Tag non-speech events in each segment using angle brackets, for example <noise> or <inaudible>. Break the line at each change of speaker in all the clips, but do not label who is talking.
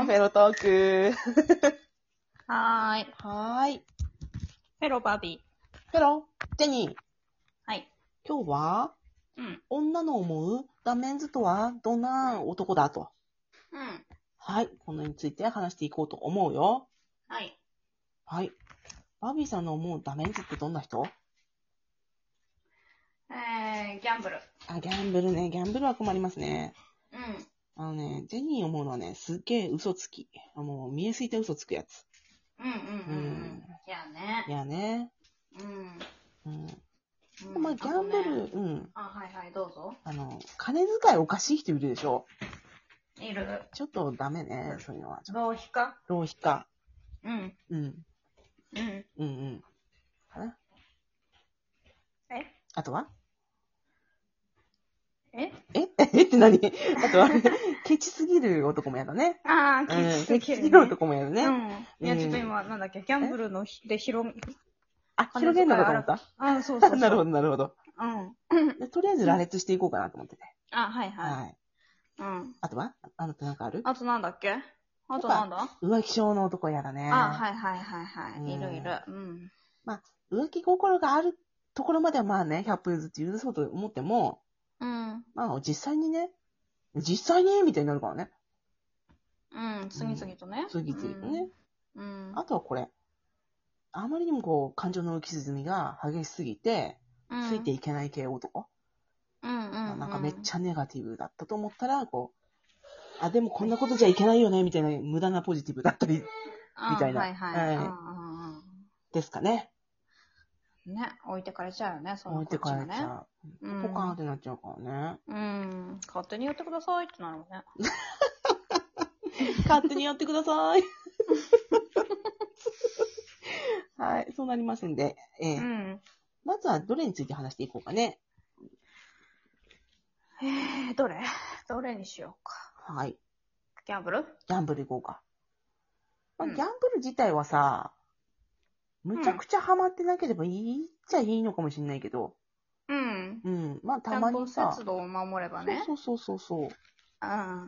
アフェロトーク。
はーい。
はーい。
ペロバビー。
フェロ、ジェニー。
はい。
今日は、
うん。
女の思うダメンズとはどんな男だと。
うん。
はい。このについて話していこうと思うよ。
はい。
はい。バービーさんの思うダメンズってどんな人
えー、ギャンブル。
あ、ギャンブルね。ギャンブルは困りますね。
うん。
あのね、ジェニー思うのはね、すっげえ嘘つき。あもう見えすぎて嘘つくやつ。
うんうんうん。う
うん
ん、いやね
い。やね。
うん。
うん。
うん
まあ、ギャンブ。
と
ル、
ね
うん。
あ、はいはい、どうぞ。
あの、金遣いおかしい人いるでしょ。
いる。
ちょっとダメね、そういうのは。ちょっ
浪費か
と浪費か。
うん。
うん。
うん。
うんうん。かな。
え
あとは
え
え <laughs> えって何あとは、 <laughs> ケチすぎる男もやだね。
あー、
うん
<laughs> ケチすぎ
ケチ
る、ね。
男もやだね。
うん。いや、ちょっと今、なんだっけ、ギャンブルのひで広げ、
あ、広げんのかと思っ <laughs>
あー、そうそうそ
た。
う。
なるほ
ど。
ど、なるほど。
うん。
でとりあえず羅列していこうかなと思ってて。
あ、はいは
はい。
い。うん。
あとはあなたなんかある
あとなんだっけあとなんだ
浮気症の男やだね。
あ、はいはいはいは
うん
い。いるいる。うん。
浮気心があるところまではまあね、100分ずつ許そうと思っても、
うん。
まあ実際にね、実際にみたいになるからね。
うん。次々とね。
次々とね。
うん。
あとはこれ。あまりにもこう、感情の浮き沈みが激しすぎて、
うん、
ついていけない系男。
うんうん、
まあなんかめっ
ゃ。
ちゃネガティブだったと思ったら、こう、あ、でもこんなことじゃいけないよね、みたいな無駄なポジティブだったりみたいな
はいはい。
はい
うんうん
ですかね。
うんね、置いてかれちゃうよね、その
置いてかれち
こっちもね。
ゃう。ポカーンってなっちゃうからね。
うん。勝手にやってくださいってなるもんね。
勝手にやってください。
<laughs>
はい、そうなりますんで、えー
うん。
まずはどれについて話していこうかね。
えー、どれ <laughs> どれにしようか。
はい、
ギャンブル
ギャンブルいこうか。まあ、
う
ギ
ん
ャンブル自体はさ、むちゃくちゃハマってなければいいっちゃいいのかもしれないけど、
うん。
うん、まあ
ちゃ
たま
んと
にさ、
節度を守ればね。
そうそうそうそうそう。
うん。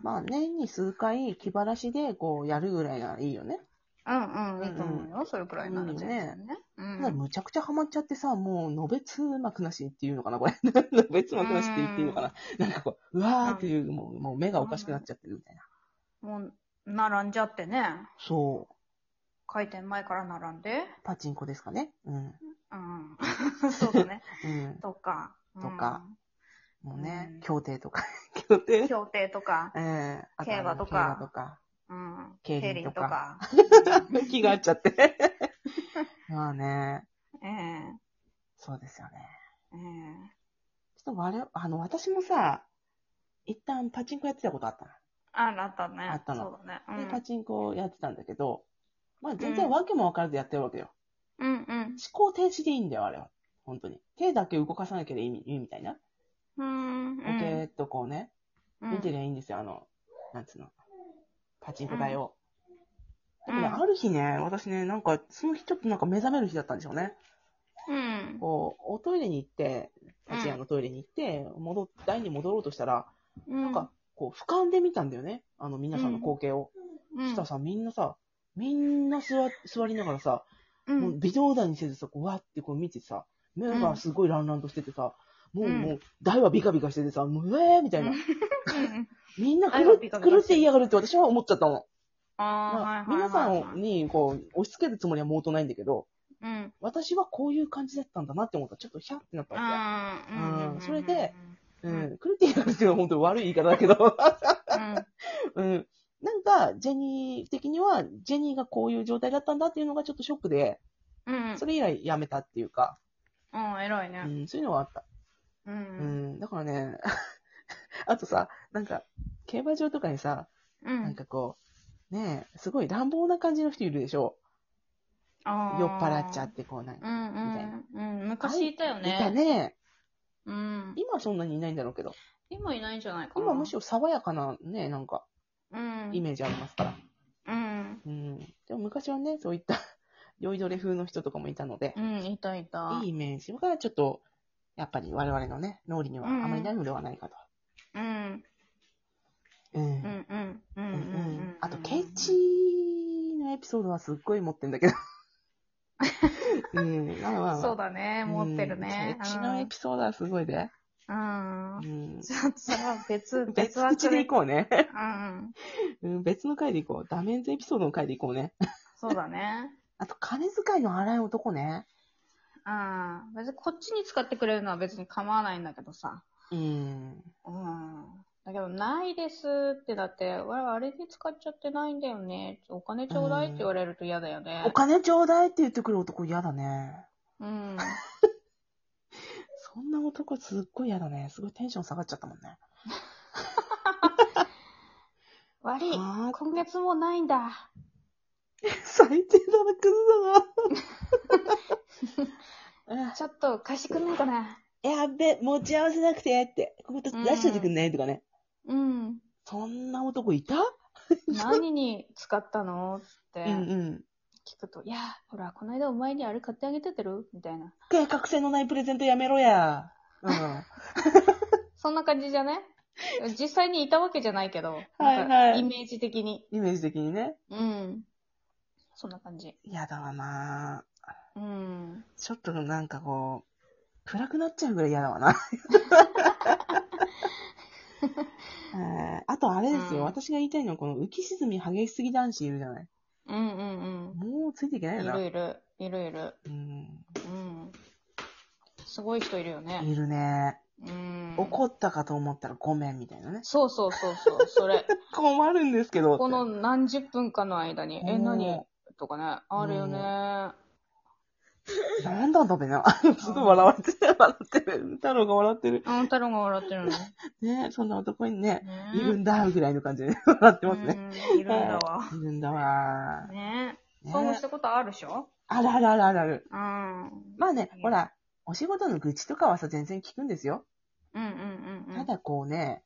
まあ年に数回気晴らしでこうやるぐらいならいいよね。
うんうん、いいと思うよ。それくらいなら全
いいよ
然ね。
た
う
だ
ん。
むちゃくちゃハマっちゃってさ、もう、のべつまくなしっていうのかな、これ。のべつまくなしって言っていいのかな。なんかこう、うわーっていう、もう、もう目がおかしくなっちゃってるみたいな。
もう、並んじゃってね。
そ
開店前から並ん
う。
で。
パチンコですかね。うん。 <laughs>
うん。そうだね。
うん。
とか。うん
とかもうね、
うん
競艇とか。 <laughs> 競艇
競艇とか、
ええあと
競馬とか
競馬とか。
うん、
競
競
輪
輪
と
と
か
か。
<laughs> 気が合っちゃ
<laughs>
って。まあね、
ええ
そうですよね。
ええ
ちょっと我々、あの、私もさ、一旦パチンコやってたことあったの。
あ、なったね。
あったの
そうだね。
で、パチンコやってたんだけど、まあ全然わけもわからずやってるわけよ。
うん。うん
思考停止でいいんだよ、あれは。本当に。手だけ動かさなきゃいいみいいみたいな。
うん。う
ボケ
ー
ーっ
ん。
とこうね、
うん。
見てりゃいいんですよ、あの、なんつうの。パチンコ台を。だけどね、ある日ね、私ね、なんか、その日ちょっとなんか目覚める日だったんでしょうね。
うん。
こう、おトイレに行って、パチンコ
う
のトイレに行って、戻っ、台に戻ろうとしたら、
うん。
なんか、こう、俯瞰で見たんだよね。あの、皆さんの光景を。
うん、
そしたらさ、みんなさ、みんな座座りながらさ、
うん、
もう微動だにせずさ、こうわってこう見てさ、目がすごい乱々としててさ、もう、
うん
もう、台はビカビカしててさ、もう、うえーみたいな
うん。うん
みんな
台は
狂っ
ビカビカしてる
狂って言いやがるって私は思っちゃったの。
あ
まあ
あ、はいは
皆
いは
さ
いはい。
んに、こう、押し付けるつもりは毛頭ないんだけど、
うん。
私はこういう感じだったんだなって思った。ちょっとヒャってなったわ
あーうん。
う
うんん。
それでけ。
う
うんん。狂って言いやがるっていうのは本当に悪い言い方だけ
<laughs>
ど。
うん、
うん。なんか、ジェニー的には、ジェニーがこういう状態だったんだっていうのがちょっとショックで、
うん。うん
そ。れ以来やめたっていうか、
うん、偉いうね。
ん、そういうのはあった。
う。
うんん、だからね、 <laughs> あとさ、なんか、競馬場とかにさ、
う
なん
ん。
かこう、ねえ、すごい乱暴な感じの人いるでしょ
あー
酔っ払っちゃっ。て、こうなん
う
か。
ん
みたいな
うん。うん。昔いたよね。
いたね。
うん。
今はそんなにいないんだろうけど。
今いないんじゃないかな。
今はむしろ爽やかなね、なんか、
うん。
イメージありますから。
うん。
うん。でも昔はね、そういった、 <laughs> 酔いどれ風の人とかもいたので、
うん、いたいた。
いいイメージがちょっと、やっぱり我々のね、脳裏にはあまりないのではないかと。
うん。
うん。うん
うんうんうんうん
う
うんん。
あと、ケチのエピソードはすっごい持ってん
<laughs>
だけど。うん。まあまあまあ
そうだね、持ってるね。
うんケチのエピソードはすごいで。
うん。うん
うん。
ちょっとそれは別、
別
別
の
枠
口で行こうね。 <laughs>
う
う
ん。
ん、別の回で行こう。ダメンズエピソードの回で行こうね。
そうだね。
あと、金遣いの荒い男ね。
ああ、別にこっちに使ってくれるのは別に構わないんだけどさ。
うん。
うん。だけど、ないですってだって、わあれに使っちゃってないんだよね。お金ちょうだいって言われると嫌だよね
お。金ちょうだいって言ってくる男嫌だね。
うん。
そんな男すっごい嫌だね。すごいテンション下がっちゃったもんね。
悪い。
あ
今月もないんだ。
ー最低だな、クズだな。
ちょっと貸してくんないかな。
あ <laughs> やっべ、持ち合わせなくてって。ここ出しといてくんないとかね。
うん。
そんな男いた
何に使ったのって
うんうん。
聞くと、いや、ほら、この間お前にあれ買ってあげててるみたいな。
計画性のないプレゼントやめろや。うん。
そんな感じじ
<laughs>
ゃない実際にいたわけじゃないけど、
はいはい
なんかイメージ的に。
イメージ的にね。
うん。そんな感じ。
嫌だわな
うん。
ちょっとなんかこう、暗くなっちゃうぐらい嫌だわな。えーあとあれですよ、
うん
私が言いたいのはこの浮き沈み激しすぎ男子いるじゃない。
うんうん
もうついていけな
う
い
ん。い
よな。
るいる。いるいる。
うん、
うん。すごい人いるよね。
いるね。
うん。
怒ったかと思ったらごめんみたいなね。
そうそうそうそう。
<laughs>
それ。
困るんですけど。
この何十分かの間に、え、
うん
何とかね。あるよね。
なんだだべ <laughs> な。すごい笑われてる。笑ってる。太郎が笑ってる。
あんたらが笑ってるの。ね
ねそんな男にね、<laughs>
え
いるんだ、ぐらいの感じで <laughs> 笑ってますね。
うんいるんだわ。
いるんだわ。
ねえ。
ね
そうしたことあるでしょ
あるあるあるあるある。
うん。うん
まあね
う、ん
ほら、お仕事の愚痴とかはさ、全然聞くんですよ。
うんうんうん。
ただこうね、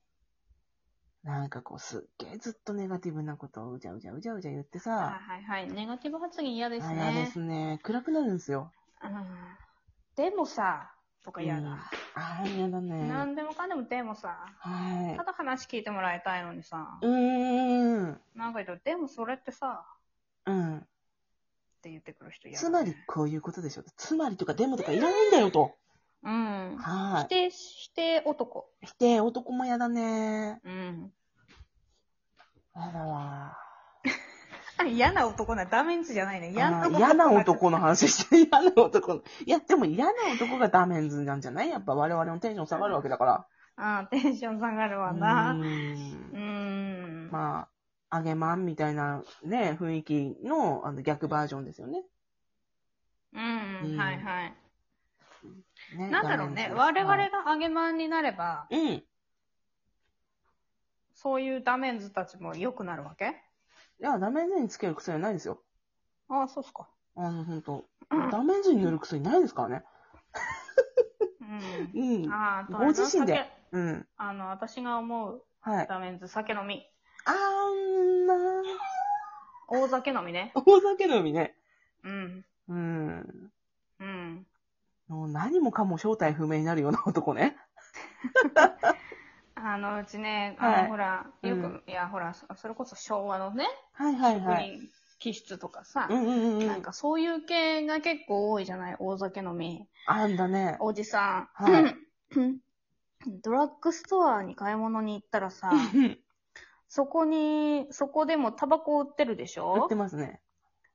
なんかこう、すっげえずっとネガティブなことをうじゃうじゃうじゃうじゃ言って
は
さ、
いはいはい。ネガティブ発言嫌です
あ
ね。
れですね、暗くなるんですよ。
うんでもさ、とか嫌
うん
だ。
ああ、嫌だね。
何でもかんでもでもさ、
はい
た。だ話聞いてもらいたいのにさ、
うーん。
なんか言うと、でもそれってさ、
うん。
って言ってくる人嫌だ
つまり、こういうことでしょ。つまりとか、でもとかいらないんだよと。
うん。
は
否定、否定男。
い。否定、男も嫌だね。
うん。
嫌だわ。
嫌な男な、ダメンズじゃないね。嫌
あ
な
ー
男。
嫌な男の話して、 <laughs> 嫌な男の。いや、でも嫌な男がダメンズなんじゃないやっぱ我々のテンション下がるわけだから。
あーテンション下がるわ
う
な。
ー
うんん。
まあ、あげまんみたいなね、雰囲気のあの逆バージョンですよね。
うん、
うん
はいはい。
ね
なんだろうね。我々が揚げまんになれば、
ダメンズうん。い
そういうダメンズたちも良くなるわけ
や、ダメンズにつける薬はないですよ。
ああ、そうっすか。
あの、ほんと。ダメンズに塗る薬ないですからね。
うん。
うん。
あーあとあ
ご
れな
自身で
酒
うん。
あの、私が思う
はい。
ダメンズ酒飲み。
あんな
大酒飲みね。
大酒飲みね。
うん。
うん。
うん。
もう何もかも正体不明になるような男ね。
あの、うちね、あ
はい
の、ほら、よく、
うん
いや、ほら、そそれこそ昭和のね、
はいはい
職
はい。
人気質とかさ、
うんうんうんう
なん
ん。
かそういう系が結構多いじゃない大酒飲み。
あんだね。
おじさん。
はい
<laughs> ドラッグストアに買い物に行った
<laughs>
らさ、そこに、そこでもタバコ売ってるでし
売っ
ょ
てますね。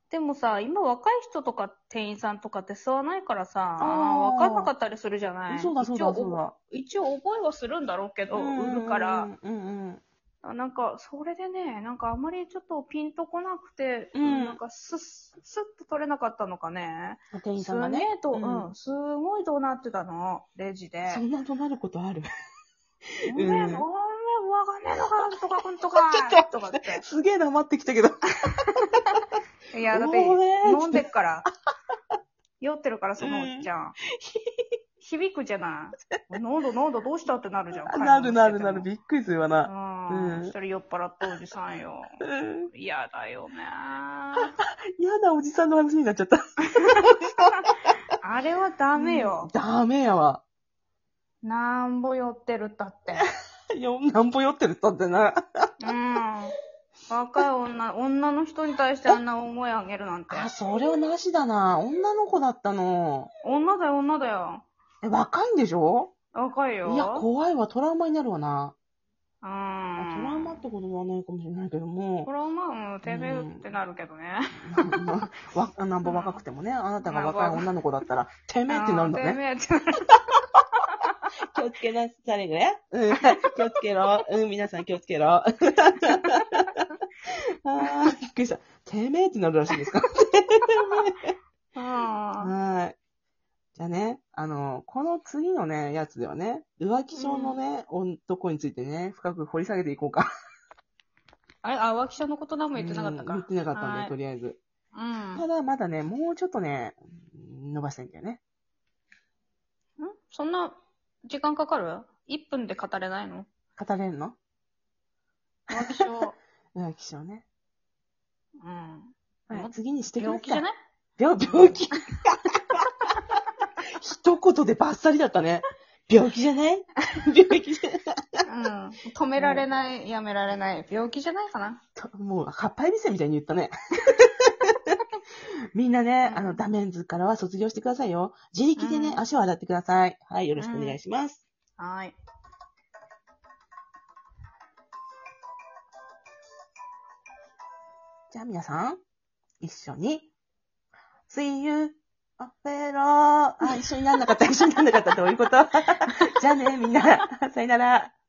でもさ、今若い人とか店員さんとかって吸わないからさ、
あー
わかんなかったりするじゃない
そうだそうだそうだ。
一応覚えはするんだろうけど、売るから。。
うんうん。
なんか、それでね、なんかあまりちょっとピンとこなくて、
うん
なんかスッ、スッと取れなかったのかね。
店員
す
さんがね
げ。えと、
う
うんん、すごい怒鳴ってたの、レジで。
そんな怒鳴ることある
おめえ、おめえ、わ
うん
かんね
<laughs>
えのか、とか、ほんとか、とかって。
すげえ黙ってきたけど。
いや、だって、
おめえ
飲んで
<laughs>
っから。酔ってるから、そのおっちゃん。響くじゃない。濃度、濃度どうしたってなるじゃん。
なるなるなる、
買
び
い
っくりするわな。
物してて
うん
もうん。一人酔っ払ったおじさ
<laughs>
んよ。
うん
嫌だよ
<laughs>
ね。
やだ、おじさんの話になっちゃった。
あれはダメよ。
ダメや <laughs> わ。
なんぼ酔ってるったって。
<laughs> よ、なんぼ酔ってるったってな。
うん。若い女、女の人に対してあんな大声あげるなんて。
あ、それはなしだな。女の子だったの。
女だよ、女だよ。
え、若いんでしょ
若いよ。
いや、怖いわ。トラウマになるわな。
う
あトラウマっ
ん。
てことはないかもしれないけども <laughs>
ト、ラウマ、うん、てめえってなるけどね。
まあわ <laughs> なんぼ若くてもね、あなたが若い女の子だったら、てめえってなるんだ
うんて
ね。
めえってなる。
気をつけなされね。うん、気をつけろ。うん、皆さん気をつけろ。 <laughs> あーびっくりした。てめえってなるらしいですか。
うん。
はい。じゃあね、あの、この次のね、やつではね、浮気症のね、男についてね、深く掘り下げていこうか。
あれ、あ、浮気者のこと何 <laughs> も言ってなかった
うん
か
言っ。てなかったん
は
で、
い
とりあえず。
うん
た。だ、まだね、もうちょっとね、伸ばしたいんだよね。
んそんな、時間かかる ?1 分で語れないの
語れるの
浮気症。
浮気症ね。
うん。
は
う
い、
ん
次にしてきま
病
す
気じゃ
か。
ない
病病気。 <laughs> 一言でバッサリだったね。病気じゃない <laughs> 病気じゃない
うん。止められない、やめられない。病気じゃないかな。
ともう、葉っぱエビセみたいに言ったね。みんなね、あの、ダメンズからは卒業してくださいよ。自力でね、
うん
足を洗ってください。はい、よろしくお願いします。
はーい。
じゃあ皆さん、一緒に、See you, アフェロー。あ、一緒になんなかった、一緒になんなかった、どういうことじゃあね、みんな、さよなら。